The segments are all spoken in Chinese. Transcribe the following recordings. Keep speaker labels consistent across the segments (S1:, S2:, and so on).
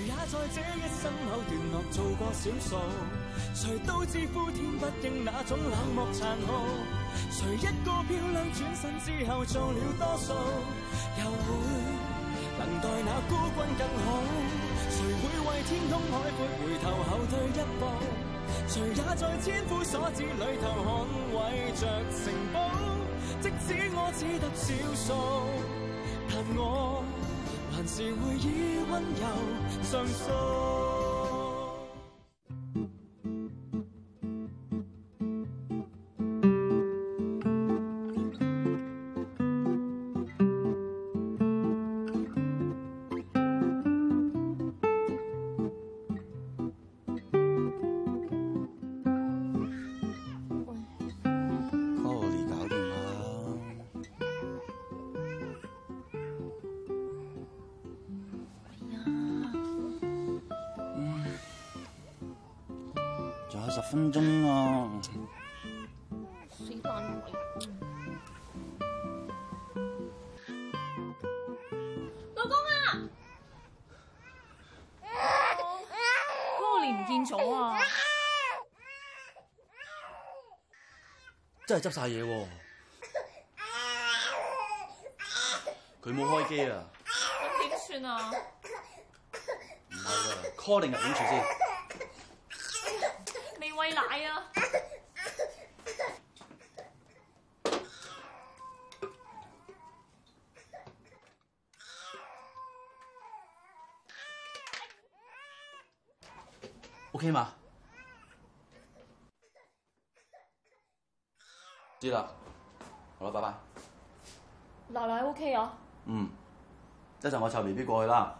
S1: 在這一生口段落做過少數，誰都知呼天不應那種冷漠殘酷，誰一個漂亮轉身之後做了多數，又會能待那孤軍更好，誰會為天空海闊回頭後退一步，誰也在千夫所指裏頭捍衛着城堡，即使我只得少數，但我。還是會以溫柔上訴。
S2: Coralie 搞掂啦。仲有十分鐘啦，
S3: 是但
S4: 啊
S3: 鬼。老公啊！
S4: 嗰個連唔見咗啊！
S5: 真係執晒嘢喎。佢冇開機啊，
S4: 咁點算啊？
S5: 唔係啊，calling 入點處先？
S4: 未喂奶啊！
S5: OK 嘛？知啦，好啦，拜拜。
S4: 奶奶 OK 啊？
S5: 嗯，一陣我湊 B B 過去啦。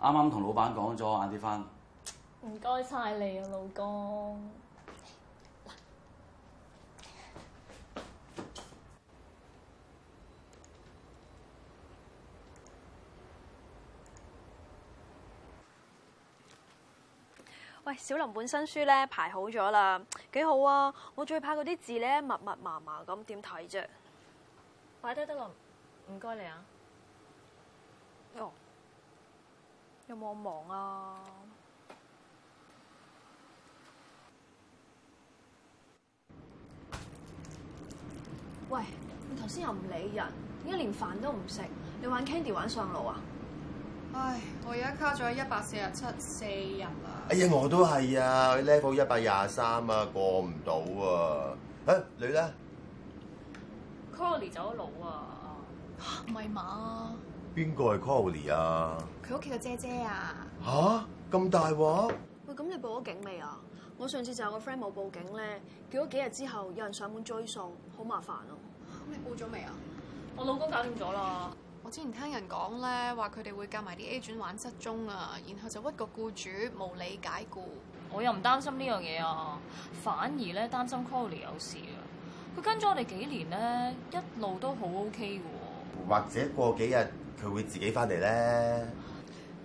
S5: 啱啱同老闆講咗，晏啲翻。
S4: 唔該晒你啊，老公。
S6: 喂，小林本新書咧排好咗啦，幾好啊！我最怕嗰啲字咧密密麻麻咁，點睇啫？
S4: 擺低得啦，唔該你啊。
S6: 哦，有冇忙啊？喂，你頭先又唔理人，點解連飯都唔食？你玩 Candy 玩上腦啊？
S7: 唉，我而家卡咗一百四十七四日啦。
S8: 哎呀，我都係啊，level 一百廿三啊，過唔到啊。誒、你咧？
S4: Coralie 走咗佬啊！
S7: 唔係嘛？
S8: 邊個係 Coralie 啊？
S7: 佢屋企個姐姐啊，
S8: 吓？咁大鑊？
S6: 喂，咁你報咗警未啊？我上次就有個 friend 冇報警咧，叫咗幾日之後，有人上門追數，好麻煩啊！
S7: 咁你報咗未啊？
S4: 我老公搞掂咗啦。
S7: 我之前聽人講咧，話佢哋會夾埋啲 agent 玩失蹤啊，然後就屈個僱主無理解僱。
S4: 我又唔擔心呢樣嘢啊，反而咧擔心 Coralie 有事啊。佢跟咗我哋幾年咧，一路都好 OK 嘅喎。
S8: 或者過幾日佢會自己翻嚟咧？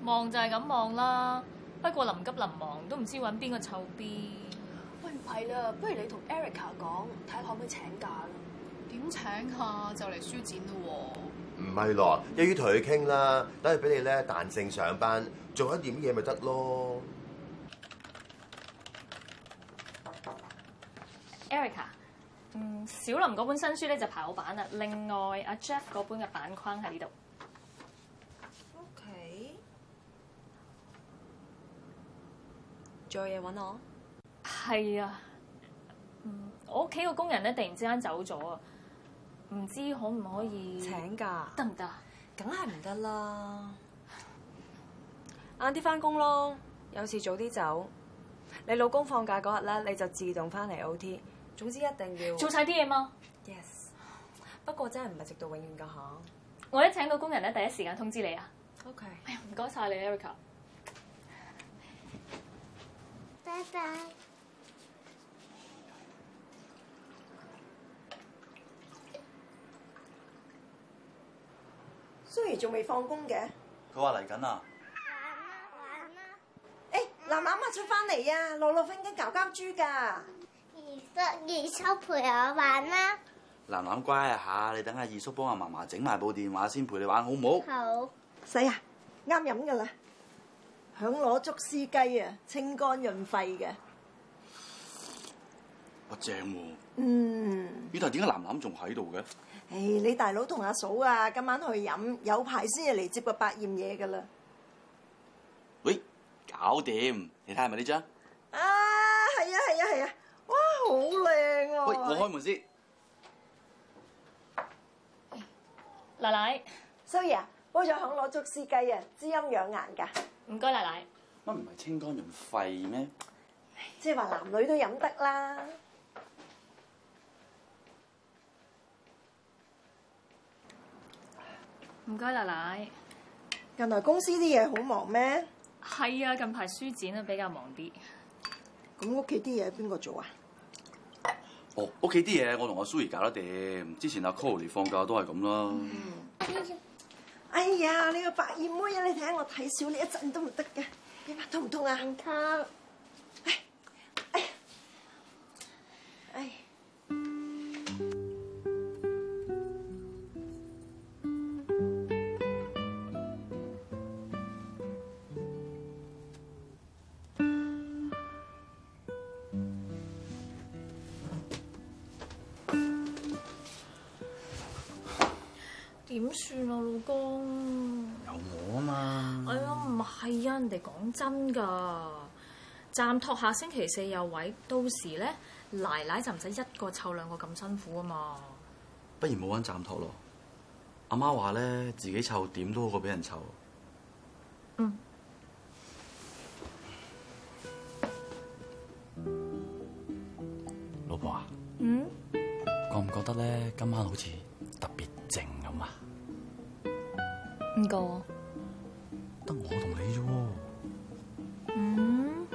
S4: 望就係咁望啦，不過臨急臨忙都唔知揾邊個湊 B。
S6: 喂，唔係啦，不如你同 Erica 講，睇下可唔可以請假啦。
S7: 點請啊？就嚟書展咯
S8: 唔係咯，一於同佢傾啦，等佢俾你咧彈性上班，做一點嘢咪得咯。
S4: Erica，嗯，小林嗰本新書咧就排好版啦。另外阿 Jeff 嗰本嘅版框喺呢度。
S9: OK，仲有嘢揾我？
S4: 係啊，嗯，我屋企個工人咧突然之間走咗啊，唔知可唔可以
S9: 請假？
S4: 得唔啊得？
S9: 梗係唔得啦！晏啲翻工咯，有事早啲走。你老公放假嗰日咧，你就自動翻嚟 OT。總之一定要
S4: 做晒啲嘢嘛。
S9: Yes。不過真係唔係直到永遠㗎吓。
S4: 我一請個工人咧，第一時間通知你啊。
S9: OK。
S4: 哎呀，唔該晒你，Erica。
S10: 拜拜。
S11: 雖然仲未放工嘅，
S5: 佢話嚟緊啊，
S11: 誒嗱嗱媽出翻嚟啊，樂樂瞓緊搞膠豬㗎。
S10: 二叔，二叔陪我玩啦，
S5: 楠楠乖啊嚇，你等阿二叔幫阿嫲嫲整埋部電話先陪你玩好唔好？
S10: 好。
S11: 使啊，啱飲㗎啦。
S6: 響螺竹絲雞啊，清肝潤肺嘅。
S5: 哇正喎！
S6: 嗯，
S5: 咦，但係點解楠楠仲喺度嘅？
S6: 唉，你大佬同阿嫂啊，今晚去飲，有排先至嚟接個百厭嘢㗎啦。
S5: 喂，搞掂！你睇下係咪呢張？
S6: 啊，係啊，係啊，係啊，哇，好靚啊喎！
S5: 喂，我開門先。
S4: 奶奶，
S6: 蘇怡啊，煲咗響螺竹絲雞啊，滋陰養顏㗎，
S4: 唔該奶奶。
S5: 乜唔係清肝潤肺咩？
S6: 即係話男女都飲得啦。
S4: 唔該奶奶。
S6: 近來公司啲嘢好忙咩？
S4: 係啊，近排書展啊比較忙啲。
S6: 咁屋企啲嘢邊個做啊？
S5: 哦，屋企啲嘢我同阿 Suri 搞得掂。之前阿 Coralie 放假都係咁啦。
S6: 哎呀，你個白燕妹啊！你睇下我睇少你一陣都唔得嘅，你話痛唔痛啊？唔痛。哎，哎，
S4: 點算啊，老公？
S2: 有我啊嘛。
S4: 哎呀，唔係啊，人哋講真㗎，暫托下星期四有位，到時咧奶奶就唔使一個湊兩個咁辛苦啊嘛。
S5: 不如冇揾暫托咯。阿媽話咧，自己湊點都好過俾人湊。
S4: 嗯。
S5: 老婆啊，
S4: 嗯，
S5: 覺唔覺得咧今晚好似特別靜咁啊？
S4: 唔夠。
S5: 得我同你啫喎，
S4: 嗯，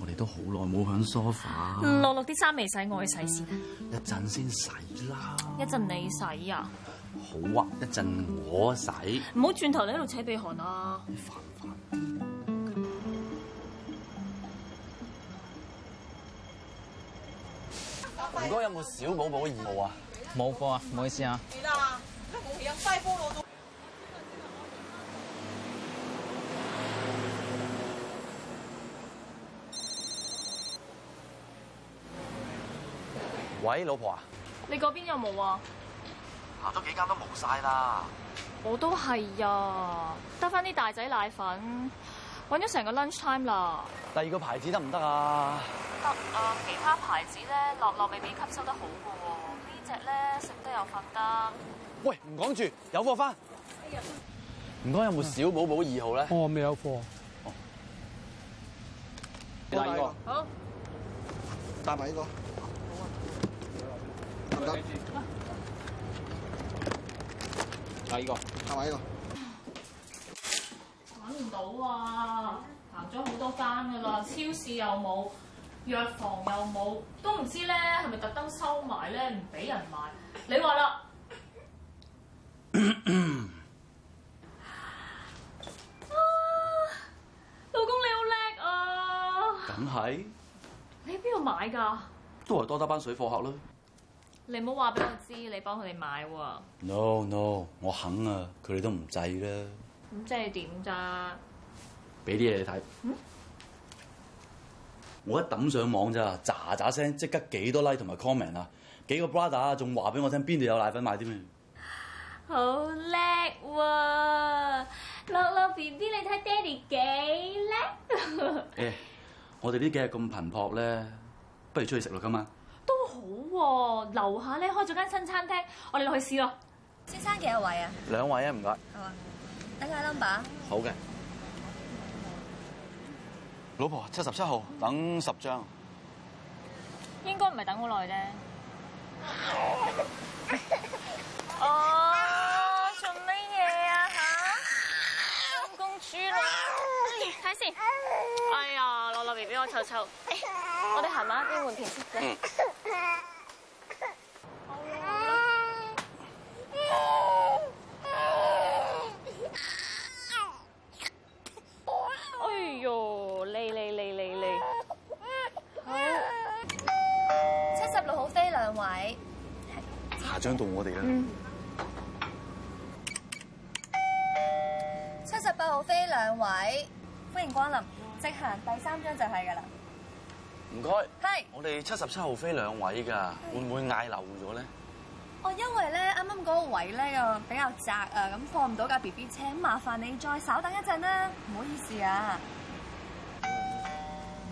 S5: 我哋都好耐冇響 sofa，
S4: 落落啲衫未洗，我去洗先。
S5: 一陣先洗啦。
S4: 一陣你洗啊，
S5: 好啊，一陣我洗。
S4: 唔好轉頭你喺度扯鼻鼾啊！
S5: 唔該，有冇小寶寶嘅義務啊？
S12: 冇過啊，唔好意思啊。
S5: 喂，老婆啊，
S4: 你嗰邊有冇啊？
S5: 行多幾間都冇晒啦。
S4: 我都係啊，得翻啲大仔奶粉，揾咗成個 lunch time 啦。
S5: 第二個牌子得唔得啊？
S4: 得啊，其他牌子咧落落未必吸收得好嘅喎，呢只咧食得又瞓得。
S5: 喂，唔講住，有貨翻。唔該，有冇小寶寶二號咧？
S13: 我哦未有貨。
S5: 第二個。
S4: 好，
S14: 帶埋呢個。
S12: 第二個。
S14: 係咪呢個？
S4: 揾唔到啊！行咗好多間㗎啦，超市又冇，藥房又冇，都唔知咧係咪特登收埋咧，唔俾人買。你話啦，啊老公你好叻啊！
S5: 梗係，
S4: 你喺邊度買㗎？
S5: 都係多得班水貨客啦。
S4: 你唔好話俾我知，你幫佢哋買喎。
S5: No no，我肯啊，佢哋都唔制啦。
S4: 咁即係點咋？
S5: 俾啲嘢你睇。
S4: 嗯
S5: 我一抌上網咋，喳喳聲即刻幾多 like 同埋 comment 啊！幾個 brother 仲話俾我聽邊度有奶粉買添啊！
S4: 好叻喎！樂樂 B B，你睇爹哋幾叻，
S5: 誒、我哋呢幾日咁頻撲咧，不如出去食咯今晚。
S4: 都好喎、樓下咧開咗間新餐廳，我哋落去試咯。
S15: 先生幾多位啊？
S5: 兩位啊，唔該。
S15: 好啊，等下 number。
S5: 好嘅。老婆，七十七號等十張。
S4: 應該唔係等好 耐啫。哦，做乜嘢啊吓？公主啦，睇先。哎呀，樂樂 B B，我臭哎臭，我哋行埋一邊換片先。嚟哎呦，嚟嚟嚟嚟嚟，
S15: 七十六號飛兩位。
S5: 下張到我哋啦。
S4: 嗯
S15: 七十八號飛兩位，
S7: 歡迎光臨，直行第三張就係㗎啦。
S9: 唔該。
S7: 係。
S9: 我哋七十七號飛兩位㗎，會唔會嗌漏咗咧？
S7: 哦，因為咧啱啱嗰個位咧又比較窄啊，咁放唔到架 B B 車，麻煩你再稍等一陣啦，唔好意思啊。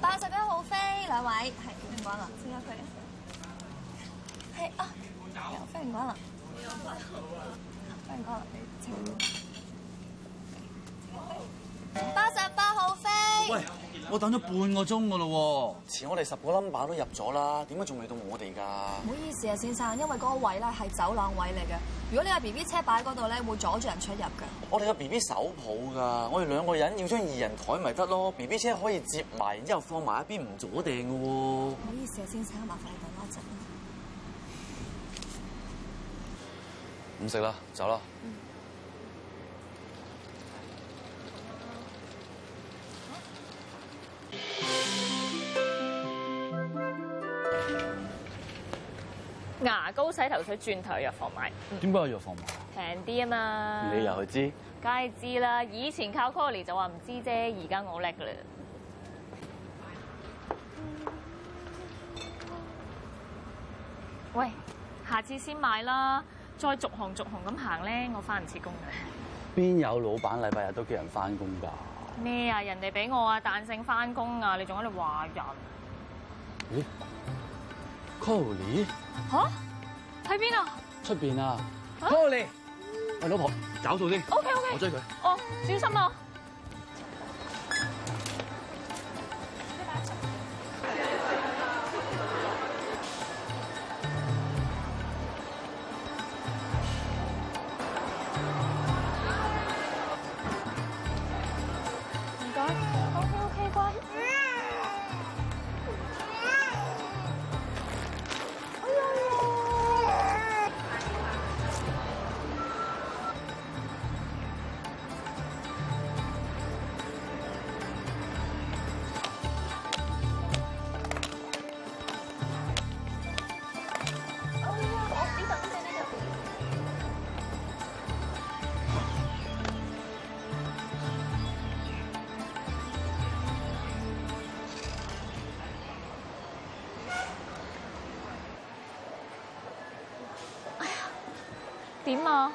S7: 八十一號飛兩位，係歡迎光臨，請入佢。係啊，有歡迎光臨，歡迎光臨，你請。八十八號飛。
S5: 喂，我等咗半個鐘㗎咯
S9: 前我哋十個 number 都入咗啦，點解仲未到我哋㗎
S7: 唔？好意思啊，先生，因為嗰個位咧係走廊位嚟嘅，如果你有 B B 車擺嗰度咧，會阻住人出入嘅。
S9: 我哋有 B B 手抱㗎，我哋兩個人要張二人台咪得咯，B B 車可以接埋，然之後放埋一邊唔阻掟㗎喎。
S7: 唔好意思啊，先生，麻煩你等多一陣啦。
S5: 唔食啦，走啦。
S4: 牙膏、洗頭水，轉頭去藥房買，
S5: 點解有藥房
S4: 平啲啊嘛。
S5: 買？你又去知？
S4: 梗係知啦，以前靠 Colly 就話唔知啫，而家我叻噶啦。喂，下次先買啦，再逐行逐行咁行咧，我翻唔切工嘅。
S5: 邊有老闆禮拜日都叫人翻工㗎？
S4: 咩啊？人哋俾我啊彈性翻工啊，你仲喺度話人
S5: Colly
S4: 吓？喺邊啊
S5: 出邊啊
S4: 啊
S5: ，Colly，喂老婆，找數先。
S4: ？OK OK，
S5: 我追佢。
S4: 哦，小心啊！
S16: 唔該，OK OK，乖。
S4: 點啊？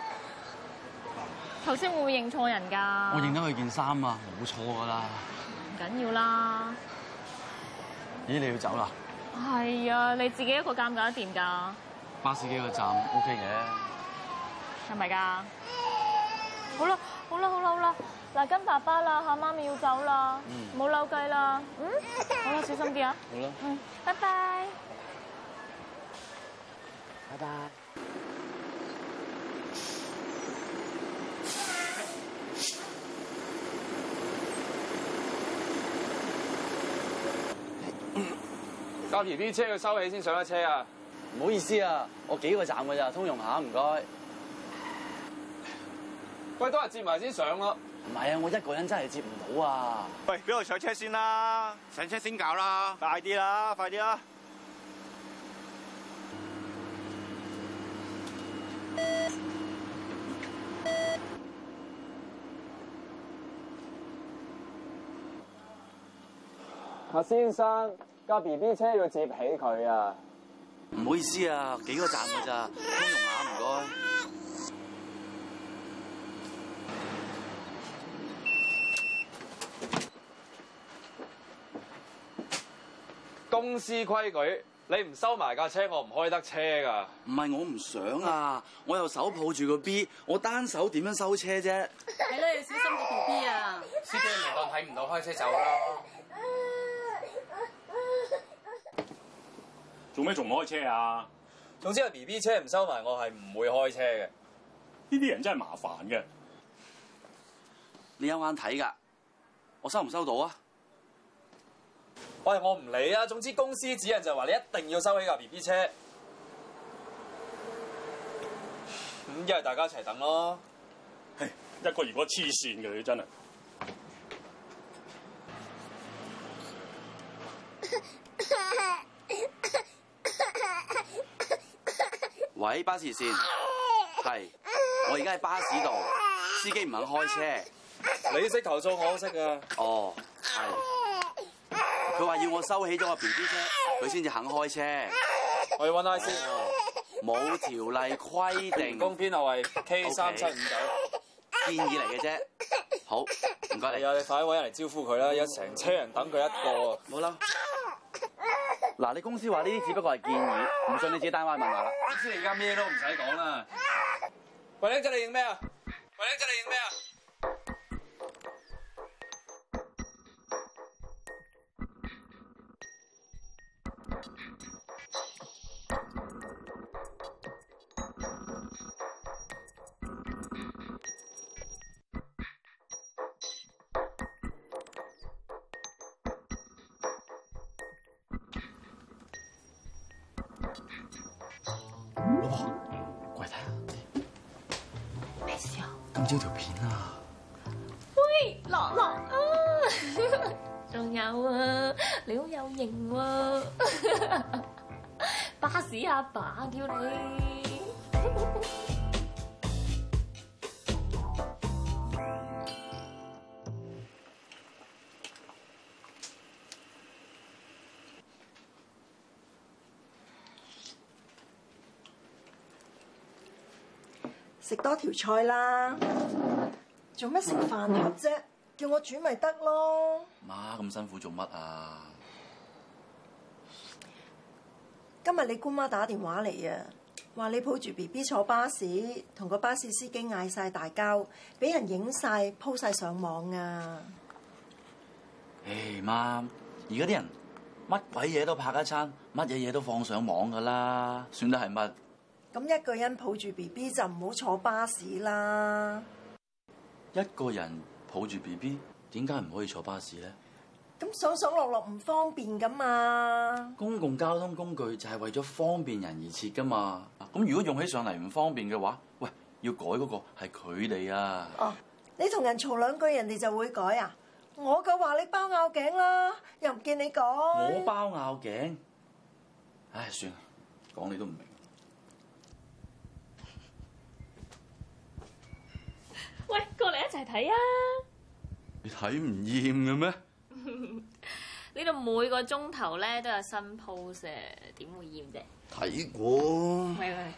S4: 頭先會唔會認錯人㗎？
S5: 我認得佢件衫啊，冇錯㗎啦。
S4: 唔緊要啦。
S5: 咦，你要走啦？
S4: 係啊，你自己一個尷尬得掂㗎，
S5: 巴士幾個站 OK 嘅，
S4: 係咪㗎？好啦，好啦，好啦，好啦，嗱，跟爸爸啦，嚇媽咪要走啦，
S5: 嗯
S4: 唔好扭計啦，嗯，好啦，小心啲啊，
S5: 好啦，
S4: 嗯，拜拜。
S5: 拜拜。
S1: 架 B B 車要收起先上得車啊！
S5: 唔好意思啊，我幾個站㗎咋，通融下唔該。唔
S1: 喂，都係接埋先上咯。
S5: 係啊，我一個人真係接唔到啊。
S17: 喂，俾我上車先啦，上車先搞啦，快啲啦，快啲啦！
S1: 阿先生，架 B B 車要接起佢啊！
S5: 唔好意思啊，幾個站㗎咋，通融下唔該。
S1: 公司規矩，你唔收埋架車，我唔開得車㗎。
S5: 唔係我唔想啊，我又手抱住個 B，我單手點樣收車啫？
S18: 係啦，要小心個 B B 啊！
S1: 司機咪當睇唔到，開車走啦。
S10: 做咩仲唔開車啊？
S1: 總之係 B B 車唔收埋，我係唔會開車嘅。
S10: 呢啲人真係麻煩嘅。
S5: 你有眼睇㗎，我收唔收到啊？
S1: 喂，我唔理啊。總之公司指引就係話你一定要收起架 B B 車。咁一係大家一齊等咯。
S10: 一個如果黐線嘅，你真係。
S5: 喂，巴士線，係，我而家喺巴士度，司機唔肯開車，
S12: 你識投訴，我都識啊。
S13: 哦，係。佢話要我收起咗個 B B 車，佢先至肯開車。哦
S12: 我要揾 I C。
S13: 冇條例 規定。
S12: 工編號係 K 三七五九。
S13: 建議嚟嘅啫。好，唔該你。
S12: 係啊，你快啲揾人嚟招呼佢啦！有成車人等佢一個啊。
S13: 冇啦。嗱，你公司話呢啲只不過係建議，唔信你自己單位問下啦。
S12: 公司你而家咩都唔使講啦。喂，靚仔你影咩啊？喂，靚仔你影咩啊？
S13: 老婆，過嚟睇下，
S4: 咩事啊？
S13: 今朝條片啊，
S4: 喂，落落啊！仲有啊，你好有型喎、 巴士阿爸叫你。
S6: 食多條菜啦。做乜食飯盒啫？叫我煮咪得咯。
S5: 媽咁辛苦做乜啊？
S6: 今日你姑媽打電話嚟啊，話你抱住 B B 坐巴士，同個巴士司機嗌晒大交，俾人影晒、鋪晒上網啊！
S5: 唉，媽，而家啲人乜鬼嘢都拍一餐，乜嘢嘢都放上網噶啦，算得係乜？
S6: 咁一個人抱住 B B 就唔好坐巴士啦。
S5: 一個人抱住 B B，點解唔可以坐巴士咧？
S6: 咁上上落落唔方便噶嘛？
S5: 公共交通工具就係為咗方便人而設噶嘛。咁如果用起上嚟唔方便嘅話，喂，要改嗰個係佢哋啊。
S6: 哦，你同人嘈兩句，人哋就會改啊！我嘅話你包拗頸啦，又唔見你改。
S5: 我包拗頸，唉，算啦，講你都唔明。
S4: 喂，過嚟一齊睇啊！
S5: 你睇唔厭嘅咩？
S4: 呢度每個鐘頭咧都有新 pose，點會厭啫？
S5: 睇過
S8: 哦
S4: 喂喂，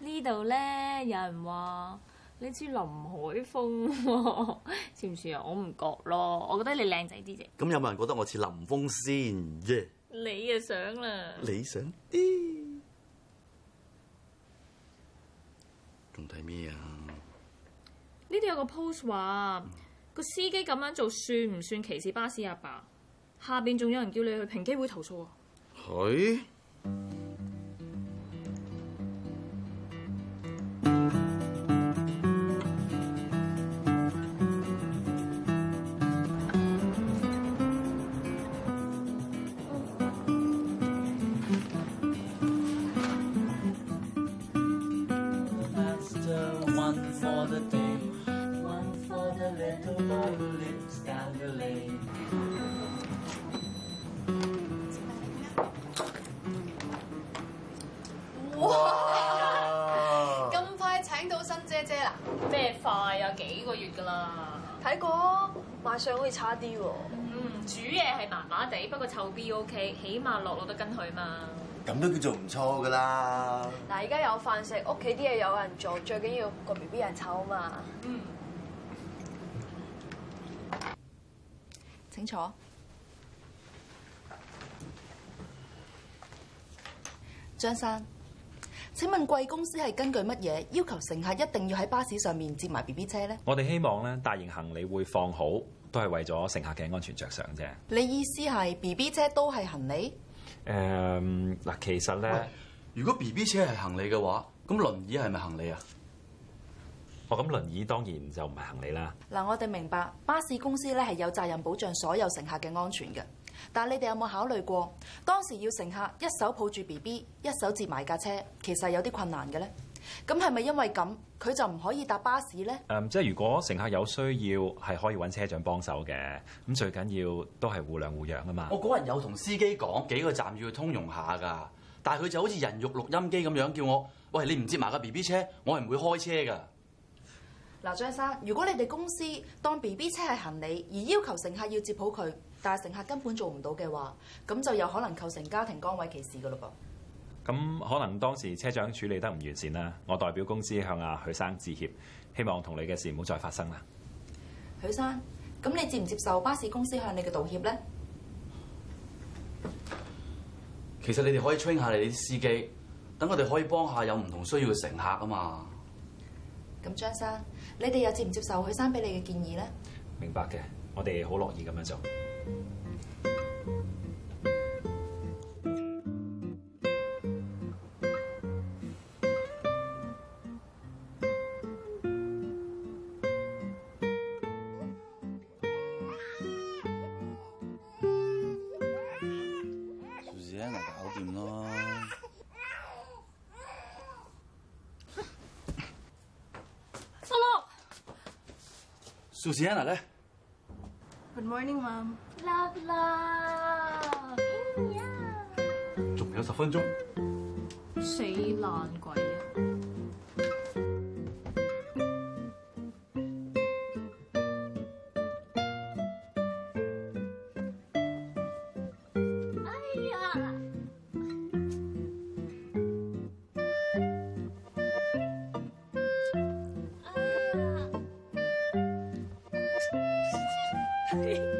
S4: 呢度咧有人話你似林海峰喎， 似唔似啊？我唔覺咯，我覺得你靚仔啲啫。
S19: 咁有冇人覺得我似林峰先？耶、
S4: 你啊想啦，
S19: 理想仲睇咩啊？
S4: 呢度有個 post 話個司機咁樣做算唔算歧視巴士阿爸？下邊仲有人叫你去平機會投訴啊！
S19: 佢
S12: 啊
S8: 啊
S7: 哇！咁快請到新姐姐啦？
S4: 咩快啊？幾個月噶啦？
S20: 睇過，賣相好似差啲喎。
S4: 嗯，煮嘢係麻麻地，不過湊 B O K，起碼落落得跟佢嘛。
S8: 咁都叫做唔錯噶啦。
S20: 嗱，而家有飯食，屋企啲嘢有人做，最緊要個 B B 人湊啊嘛。
S4: 嗯，
S7: 請坐。
S9: 張生，請問貴公司係根據乜嘢要求乘客一定要喺巴士上面接埋 B B 車呢？
S21: 我哋希望咧，大型行李會放好，都係為咗乘客嘅安全着想啫。
S9: 你意思係 B B 車都係行李？
S21: 誒嗱，其實咧，
S5: 如果 B B 車係行李嘅話，咁輪椅係咪行李啊？
S21: 我咁輪椅當然就唔係行李啦。
S9: 嗱，我哋明白巴士公司咧係有責任保障所有乘客嘅安全嘅，但係你哋有冇考慮過當時要乘客一手抱住 B B，一手接埋架車，其實有啲困難嘅咧？咁係咪因為咁佢就唔可以搭巴士呢？
S21: 誒、即係如果乘客有需要，係可以揾車長幫手嘅。咁最緊要都係互諒互讓啊嘛。
S5: 我嗰日有同司機講幾個站要去通融下㗎，但係佢就好似人肉錄音機咁樣叫我，喂，你唔接埋架 B B 車，我係唔會開車㗎。
S9: 嗱，張生，如果你哋公司當 B B 車係行李，而要求乘客要接好佢，但係乘客根本做唔到嘅話，咁就有可能構成家庭崗位歧視噶嘞噃。
S1: 咁可能當時車長處理得唔完善啦，我代表公司向阿許生致歉，希望同你嘅事唔好再發生啦。
S9: 許生，咁你接唔接受巴士公司向你嘅道歉呢？
S5: 其實你哋可以 train 下你啲司機，等佢哋可以幫下有唔同需要嘅乘客啊嘛。
S9: 咁張生，你哋又接唔接受許生俾你嘅建議呢？
S1: 明白嘅，我哋好樂意咁樣做。
S22: Susanna 咪搞掂咯。
S4: 失落
S5: Susanna 咧，
S6: Good morning, mom。
S10: Love love，
S5: 仲有十分鐘。
S4: 死爛鬼啊！
S10: 哎呀，哎呀。